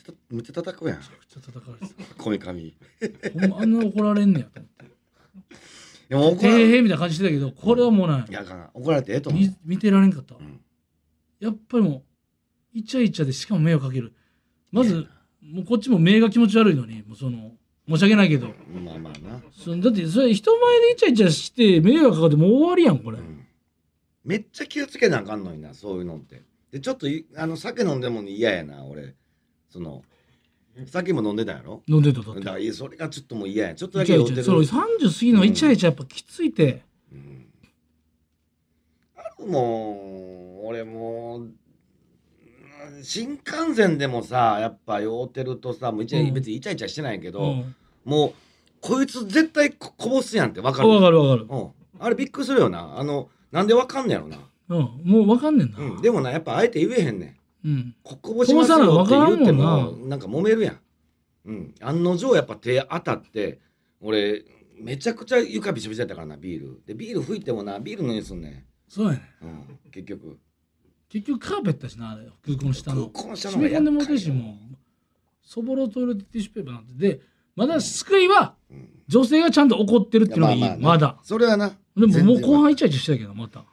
D: ちょっとめっちゃ叩くやん
C: ちょっと叩かれてた
D: こめかみ
C: ほんまあんな怒られんねやと思って
D: でも
C: 「へ
D: 怒
C: ー
D: ら
C: へー
D: れ
C: へーみたいな感じしてたけどこれはもうない
D: いやあかん怒られてええと思う
C: み見てられんかった、
D: ん
C: やっぱりもうイチャイチャでしかも迷惑かけるまずもうこっちも目が気持ち悪いのにもうその申し訳ないけど
D: まあまあな
C: そのだってそれ人前でイチャイチャして迷惑かかってもう終わりやんこれ、
D: めっちゃ気をつけなあかんのになそういうのってでちょっといあの酒飲んでも嫌やな俺その酒も飲んでたやろ
C: 飲んでただっ
D: だ
C: て
D: からいやそれがちょっともう嫌やちょっとだ
C: イ
D: け
C: チ
D: 酔
C: ャ
D: っ
C: イ
D: て
C: チャ
D: る
C: その30過ぎのイチャイチャやっぱきついて、
D: うんあるもん俺もううん新幹線でもさやっぱ酔うてるとさもうイチャ、
C: うん
D: 別にイチャイチャしてないけ
C: う
D: ど、
C: ん、
D: もうこいつ絶対ここぼすやんってわかる
C: 分かる分かる、
D: うん、あれびっくりするよなあのなんでわかんねやろな、
C: うん、もう分かんねんな、
D: うん、でもなやっぱあえて言えへんねん
C: うん、
D: ここぼしますよって言っても
C: こぼさなわからんも
D: なんか揉めるやん、うん、案の定やっぱ手当たって俺めちゃくちゃ床びしょびしょやったからなビールでビール拭いてもなビールのにすんね
C: そうやね
D: ん、うん、結局
C: 結局カーペットだしなあれ空港の下
D: 空
C: の
D: 港の下の方
C: 締め
D: が
C: 込んでもうてるし
D: 厄介
C: もうそぼろトイレットティッシュペーパーなんてでまだ救いは
D: ようん
C: 女性がちゃんと怒ってるっていうのがいい、
D: いやま
C: ま
D: あまあね
C: だ
D: それはな
C: でももう後
D: 半
C: 半イチャイチャしてたけどまた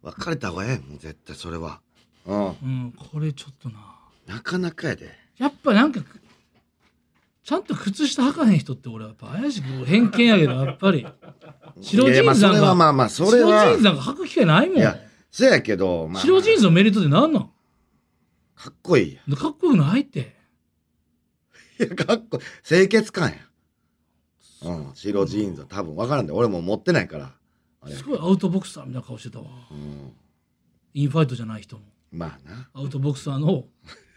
D: 別れた方がええもう絶対それはうん
C: うんこれちょっとな
D: なかなかやで
C: やっぱなんかちゃんと靴下履かへん人って俺はやっぱ怪しく偏見やけどやっぱり白
D: い
C: ジ
D: や
C: ーンズ
D: まあそ
C: なんか
D: れはまあまあ [LAUGHS] それ
C: 白ジ
D: は
C: ーンズなんか履く機会ないもん
D: いやせやけど、まあ、
C: 白ジーンズのメリットって何なん
D: かっこいいや
C: かっこよくないって
D: いやかっこ清潔感やうん白ジーンズは多分分からんで俺も持ってないからあれ
C: すごいアウトボクサーみたいな顔してたわ
D: うん
C: インファイトじゃない人も
D: まあな
C: アウトボクサーの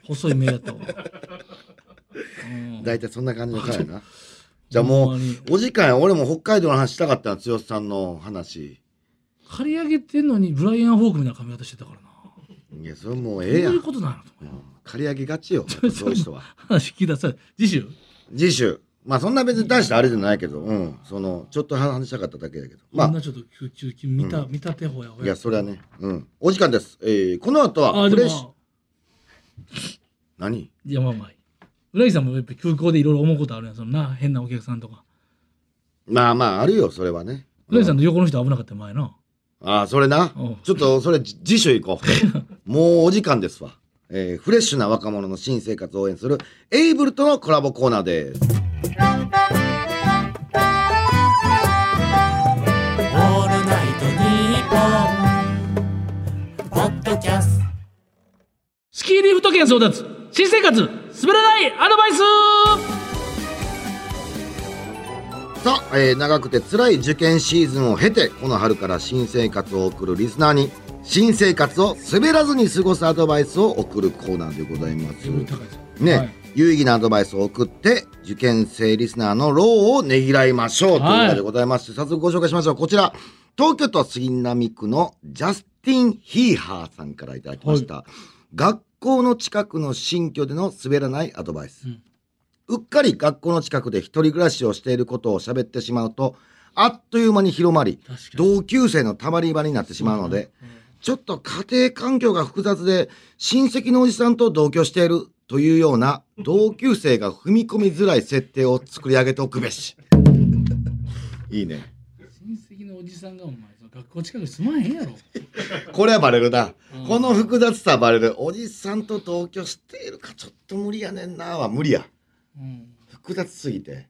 C: 細い目やったわ、うん
D: 大体そんな感じのからやなじゃあも
C: ほんまに
D: うお時間や俺も北海道の話したかったな剛さんの話
C: 刈り上げてんのにブライアン・フォークみたいな髪型してたからない
D: やそれもう
C: どう
D: ええやん
C: いううことなんやろと思って
D: ん借り上げが
C: [LAUGHS]
D: ちよやっぱそういう人は
C: 話聞いたらさ次週
D: 次週まあそんな別に大したあれじゃないけどうんそのちょっと話したかっただけだけどま
C: こん
D: あ
C: なちょっと急急急見た、見たてほやほ
D: い
C: や
D: やそれはねうんお時間ですえーこの後は
C: あ
D: フ
C: で
D: レッシュ
C: も
D: 何
C: いやまあまあ浦木さんもやっぱ空港でいろいろ思うことあるやんそのな変なお客さんとか
D: まあまああるよそれはね
C: 浦木さんの横の人危なかったよ前な
D: ああ、それな
C: うん。
D: ちょっと、それ、じ辞書行こう。
C: [LAUGHS]
D: もうお時間ですわ。えーフレッシュな若者の新生活を応援する、エイブルとのコラボコーナーです。
E: オールナイトニッポン」ポッドキャスト
C: スキーリフト券争奪新生活滑らないアドバイス
D: さあ、えー長くて辛い受験シーズンを経て、この春から新生活を送るリスナーに、新生活を滑らずに過ごすアドバイスを送るコーナーでございます。
C: レベル高いですよ
D: ね、
C: はい
D: 有意義なアドバイスを送って、受験生リスナーの労をねぎらいましょうという
C: はい
D: ことでございまして、早速ご紹介しましょう。こちら、東京都杉並区のジャスティン・ヒーハーさんからいただきました。学校の近くの新居での滑らないアドバイス。
C: うん
D: うっかり学校の近くで一人暮らしをしていることを喋ってしまうと、あっという間に広まり、
C: 確かに
D: 同級生のたまり場になってしまうので、ちょっと家庭環境が複雑で、親戚のおじさんと同居しているというような、同級生が踏み込みづらい設定を作り上げておくべし。 [LAUGHS] いいね。
C: 親戚のおじさんがお前その学校近くに住まへんやろ
D: これはバレるな
C: う
D: [LAUGHS]
C: ん。
D: この複雑さはバレる。おじさんと同居しているかちょっと無理やねんなは無理や。
C: うん
D: 複雑すぎて。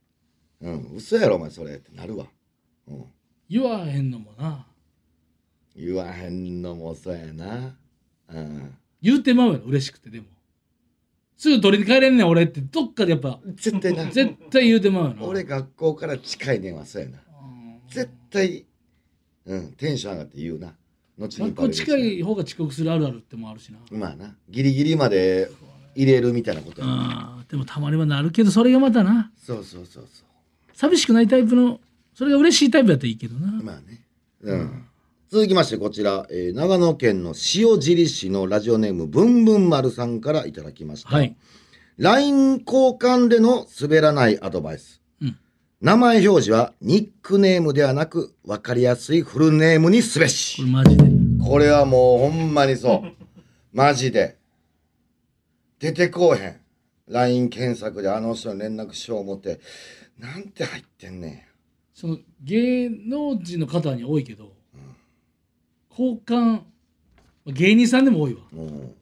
D: うん、嘘やろお前それってなるわ。うん。
C: 言わへんのもな
D: 言わへんのもそうやな。うん。
C: 言うてまうやろ嬉しくてでもすぐ取りに帰れんねん俺ってどっかでやっぱ
D: 絶対な。
C: [LAUGHS] 絶対言うてまうやろ
D: 俺学校から近いねんはそうやな。絶対、うん、テンション上がって言うな。後に
C: 学
D: バレ
C: 校
D: るし
C: 近い方が遅刻するあるあるってもあるしな
D: まあな。ギリギリまで入れるみたいなことやな
C: あーでもたまにはなるけどそれがまたな
D: そうそうそうそ
C: 寂しくないタイプのそれが嬉しいタイプだったらいいけどな
D: う。まあね。うん。続きましてこちら、えー長野県の塩尻市のラジオネームぶんぶん丸さんからいただきました。
C: はい。
D: LINE 交換での滑らないアドバイス。
C: うん
D: 名前表示はニックネームではなく分かりやすいフルネームにすべ
C: こ
D: し。
C: れマジで
D: これはもうほんまにそう。マジで。出てこうへん。LINE 検索であの人に連絡しよう思って、なんて入ってんね
C: その芸能人の方に多いけど、交換芸人さんでも多いわ
D: ん。もう。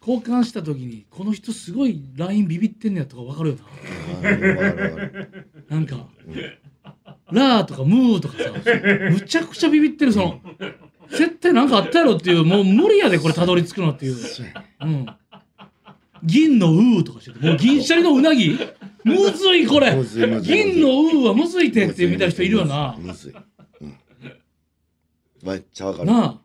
C: 交換した時にこの人すごい LINE ビビってんねやとか分かるよ
D: わかるわかるわかる
C: ななんか「ラー」とか「ムー」とかさむちゃくちゃビビってるその絶対なんかあったやろっていうもう無理やでこれたどり着くのっていう、うん、銀の「う」とかしててもう銀シャリのうなぎむずい [LAUGHS] これ
D: むずいむずい
C: 銀の「う」はむずいてって見た人いるよな
D: むずい。うんめっちゃわかる。
C: なあ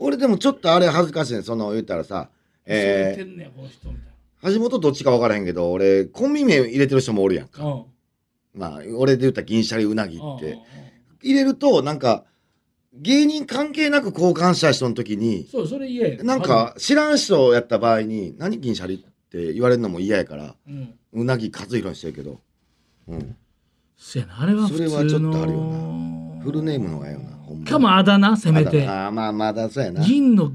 D: 俺でもちょっとあれ恥ずかしいねその言ったらさ、
C: え
D: え
C: てんねやこの人みたい
D: ー、橋本どっちか分からへんけど俺コンビ名入れてる人もおるやん
C: な。
D: か、
C: うん
D: まあ俺で言ったら銀シャリうなぎ
C: うん
D: っ
C: うんうん
D: て入れるとなんか芸人関係なく交換した人の時に
C: そうそれ言え
D: なんか知らん人やった場合に「何銀シャリ?」って言われるのも嫌やから
C: うん
D: うなぎ和弘にしてるけど、うん、
C: せやなあれは普通の
D: それはちょっとあるよなフルネームの方がええよなほんまに
C: かもあだ名せめて
D: あーまあまだそうやな
C: 銀の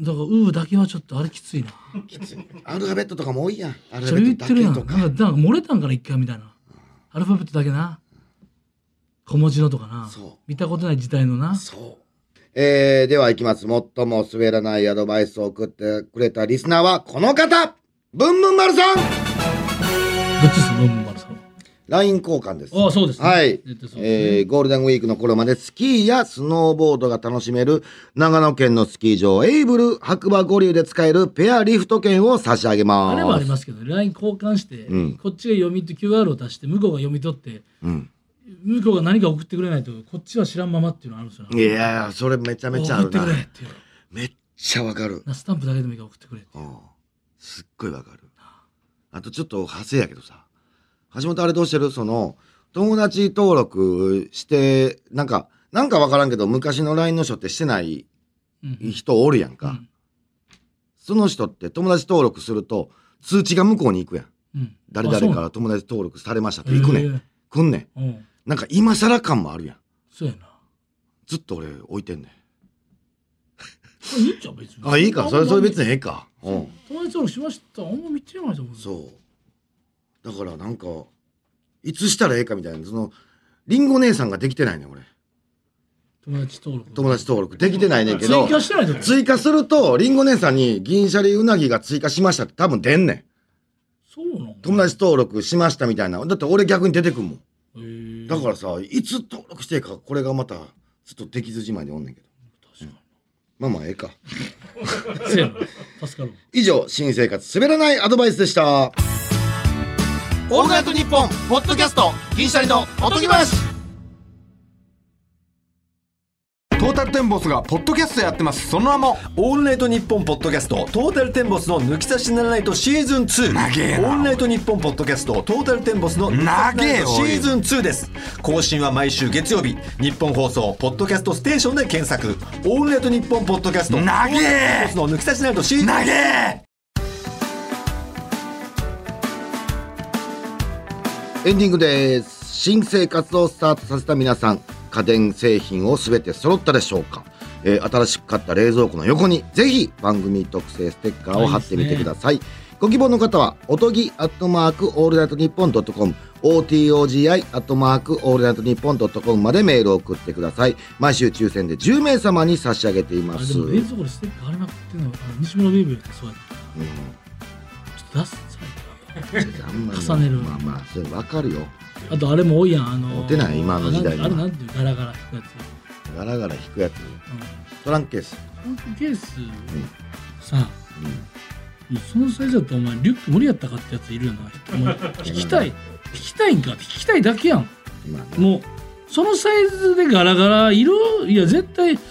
C: だから「う」だけはちょっとあれきついな
D: きついアルファベットとかも多いやんアル
C: そ
D: フ
C: れ
D: ァベ
C: 言
D: ッ
C: っ
D: トだ
C: てる
D: け
C: や
D: と
C: んなんかな
D: か
C: んか漏れたんから一回みたいなアルファベットだけな小文字のとかな
D: そう
C: 見たことない時代のな
D: そうえー、ではいきます最も滑らないアドバイスを送ってくれたリスナーはこの方ブンブン丸さん
C: どっちですか文丸さん
D: LINE 交換です
C: ああそうですね
D: はい
C: 絶対そうですね
D: えーゴールデンウィークの頃までスキーやスノーボードが楽しめる長野県のスキー場エイブル白馬五竜で使えるペアリフト券を差し上げます
C: あれもありますけど LINE 交換して、
D: うん
C: こっちが読みと QR を出して向こうが読み取って
D: うん、
C: 向こうが何か送ってくれないとこっちは知らんままっていうのあるんですよ
D: いやーそれめちゃめちゃあるな
C: 送ってくれっていう
D: めっちゃわかる
C: なスタンプだけでもいいから送ってくれって
D: うんすっごいわかる。あとちょっと派生やけどさ、橋本あれどうしてるその、友達登録して、なんか、なんかわからんけど、昔の LINE の人ってしてない
C: うん
D: 人おるやんか。
C: うん
D: その人って友達登録すると、通知が向こうに行くやん。
C: うん
D: 誰々か
C: あ
D: ら友達登録されましたっ
C: そう
D: て行くね
C: へ
D: ん。
C: え
D: 来んねん。
C: うん
D: なんか今更感もあるやん。
C: そうやな
D: ずっと俺置いてんね
C: これいいんちゃう別に
D: ん。あ、いいか。それ、それ別にええか。うん。
C: 友達登録しましたあんま見てないと思う
D: そう。だからなんか、いつしたらええかみたいな、その、りんご姉さんができてないねん、俺。
C: 友達登録
D: 友達登録できてないねんけど
C: 追、加してないと思う
D: 追加すると、りんご姉さんに銀シャリうなぎが追加しましたって多分出んねん。
C: そうなの
D: 友達登録しましたみたいな。だって俺逆に出てくんもん。
C: へえ
D: だからさ、いつ登録していいか、これがまた、ちょっとできずじまいでおんねんけど。
C: 確か
D: まあまあええか。
C: にそうやな助かるわ
D: 以上、新生活滑らないアドバイスでした。
A: オールナイトニッポンポッドキャスト銀シャリのおとぎ話
F: トータルテンボスがポッドキャストやってますその名も
G: オールナイトニッポンポッドキャストトータルテンボスの抜き差しならないとシーズン2
F: 長えな
G: オールナイトニッポンポッドキャストトータルテンボスの抜き差しならないとシーズン2です更新は毎週月曜日日本放送ポッドキャストステーションで検索オールナイトニッポンポッドキャスト
F: 長え
G: の抜き差しならないとシーズン
F: 長え
D: エンディングです新生活をスタートさせた皆さん家電製品を全て揃ったでしょうか、えー新しく買った冷蔵庫の横にぜひ番組特製ステッカーを貼ってみてくださいご希望の方はおとぎアットマークオールナイトニッポンドットコム OTOGI アットマークオールナイトニッポンドットコムまでメールを送ってください毎週抽選で10名様に差し上げていま
C: あれ
D: す
C: でも冷蔵庫でステッカーありまくってんのあの西村ベイビーってそうやった
D: う
C: ちょっと出すそれ
D: んあんまり
C: 重ねる
D: まあまあそれわかるよ
C: あとあれも多いやんあの
D: 持てない今の時代に
C: あ
D: は
C: れなんていうガラガラ引くやつ
D: ガラガラ引くやつ、トランクケース
C: ケースさあ、もうそのサイズだとお前リュック無理やったかってやついるよなお前引きたい引きたいんか引きたいだけやん
D: 今
C: もうそのサイズでガラガラいるいや絶対ト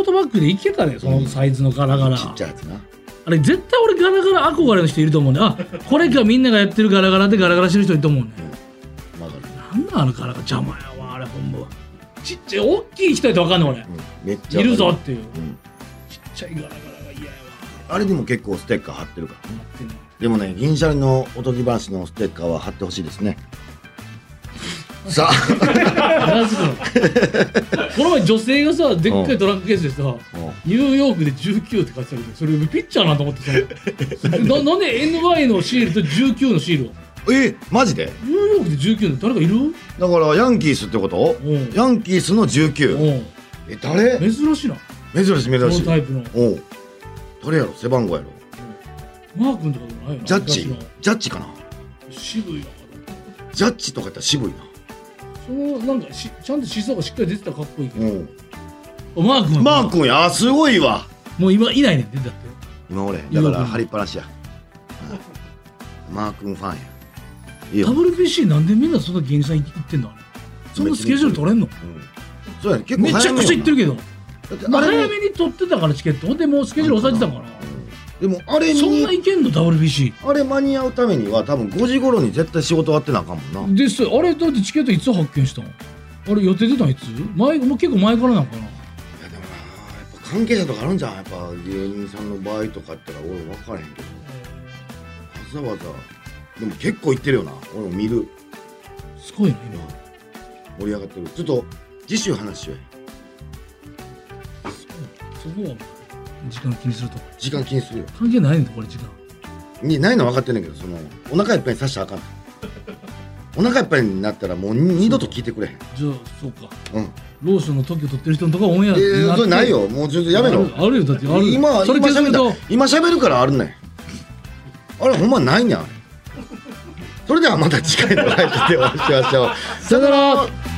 C: ートバッグでいけたねそのサイズのガラガラ、
D: ちっちゃいやつな
C: あれ絶対俺ガラガラ憧れの人いると思うねあこれかみんながやってるガラガラでガラガラしてる人いると思うね
D: わかる
C: なんだあのガラガラ邪魔やわあれほんまはちっちゃい大きい人やって分かんない
D: めっちゃ
C: 俺いるぞ
D: わ
C: っ
D: か
C: ていう
D: うん
C: ちっちゃいガラガラが嫌やわ
D: あれでも結構ステッカー貼ってるからね
C: ってな
D: でもね銀シャリのおとぎ話のステッカーは貼ってほしいです
C: [LAUGHS]
D: ねさあ
C: 話すの [LAUGHS]
D: [LAUGHS]
C: この前女性がさでっかいトランクケースでさ、ニューヨークで19って書いてたけどそれピッチャーなと思って
D: [LAUGHS]
C: さななんで NY のシールと19のシールを
D: えマジで
C: ニューヨークで19の誰かいる
D: だからヤンキースってこと
C: うん
D: ヤンキースの19
C: う
D: え誰
C: ん珍しいな
D: 珍しい珍
C: この
D: しい
C: タイプの
D: おう誰やろ背番号やろ
C: マー君とかでもないよな
D: ジャッジ
C: 昔の
D: ジャッジかな
C: 渋いな
D: ジャッジとかやったら渋いな
C: そのなんかしちゃんと思想がしっかり出てたらかっこいいけど
D: おう
C: おマー君は
D: マー君やあすごいわ
C: もう今いないねん出てたって
D: 今俺
C: いよ
D: だから張りっぱなしやうんマー君ファンやいいよ
C: WBC なんでみんなそんな芸人さん行ってんのあれそんなスケジュール取れんの
D: そうやね結構
C: めちゃくちゃ行ってるけど
D: け
C: まあ
D: あれ
C: 早
D: に
C: めに取ってたからチケットほんでもうスケジュール押さえてたから
D: でもあれ
C: そんな
D: に
C: いけんの WBC
D: あれ間に合うためには多分5時頃に絶対仕事終わってなあかんもんな
C: ですあれだってチケットいつ発見したのあれ予定出たのいつ前もう結構前からなのかな
D: 関係者とかあるんじゃんやっぱ芸人さんの場合とかやったら俺分からへんけどわざわざでも結構行ってるよな俺も見る
C: すごいな今
D: 盛り上がってるちょっと次週話しようや
C: そこは時間気にすると
D: 時間気にするよ
C: 関係ないねんだこれ時間
D: にないのは分かってんねんけどそのお腹いっぱいにさしたらあかんお腹いっぱいになったらもう二度と聞いてくれへん
C: じゃあそうか
D: うん
C: ローションの特許取ってる人のとかオンエア
D: えー、
C: って
D: それないよもうちょっとやめろ
C: あるあるよだってある
D: 今
C: それ
D: 今
C: 削る
D: 喋
C: と
D: る今喋るからあるねんあれほんま
C: [LAUGHS]
D: ないねんあれそれではまた次回のライブでお会いしましょうさよなら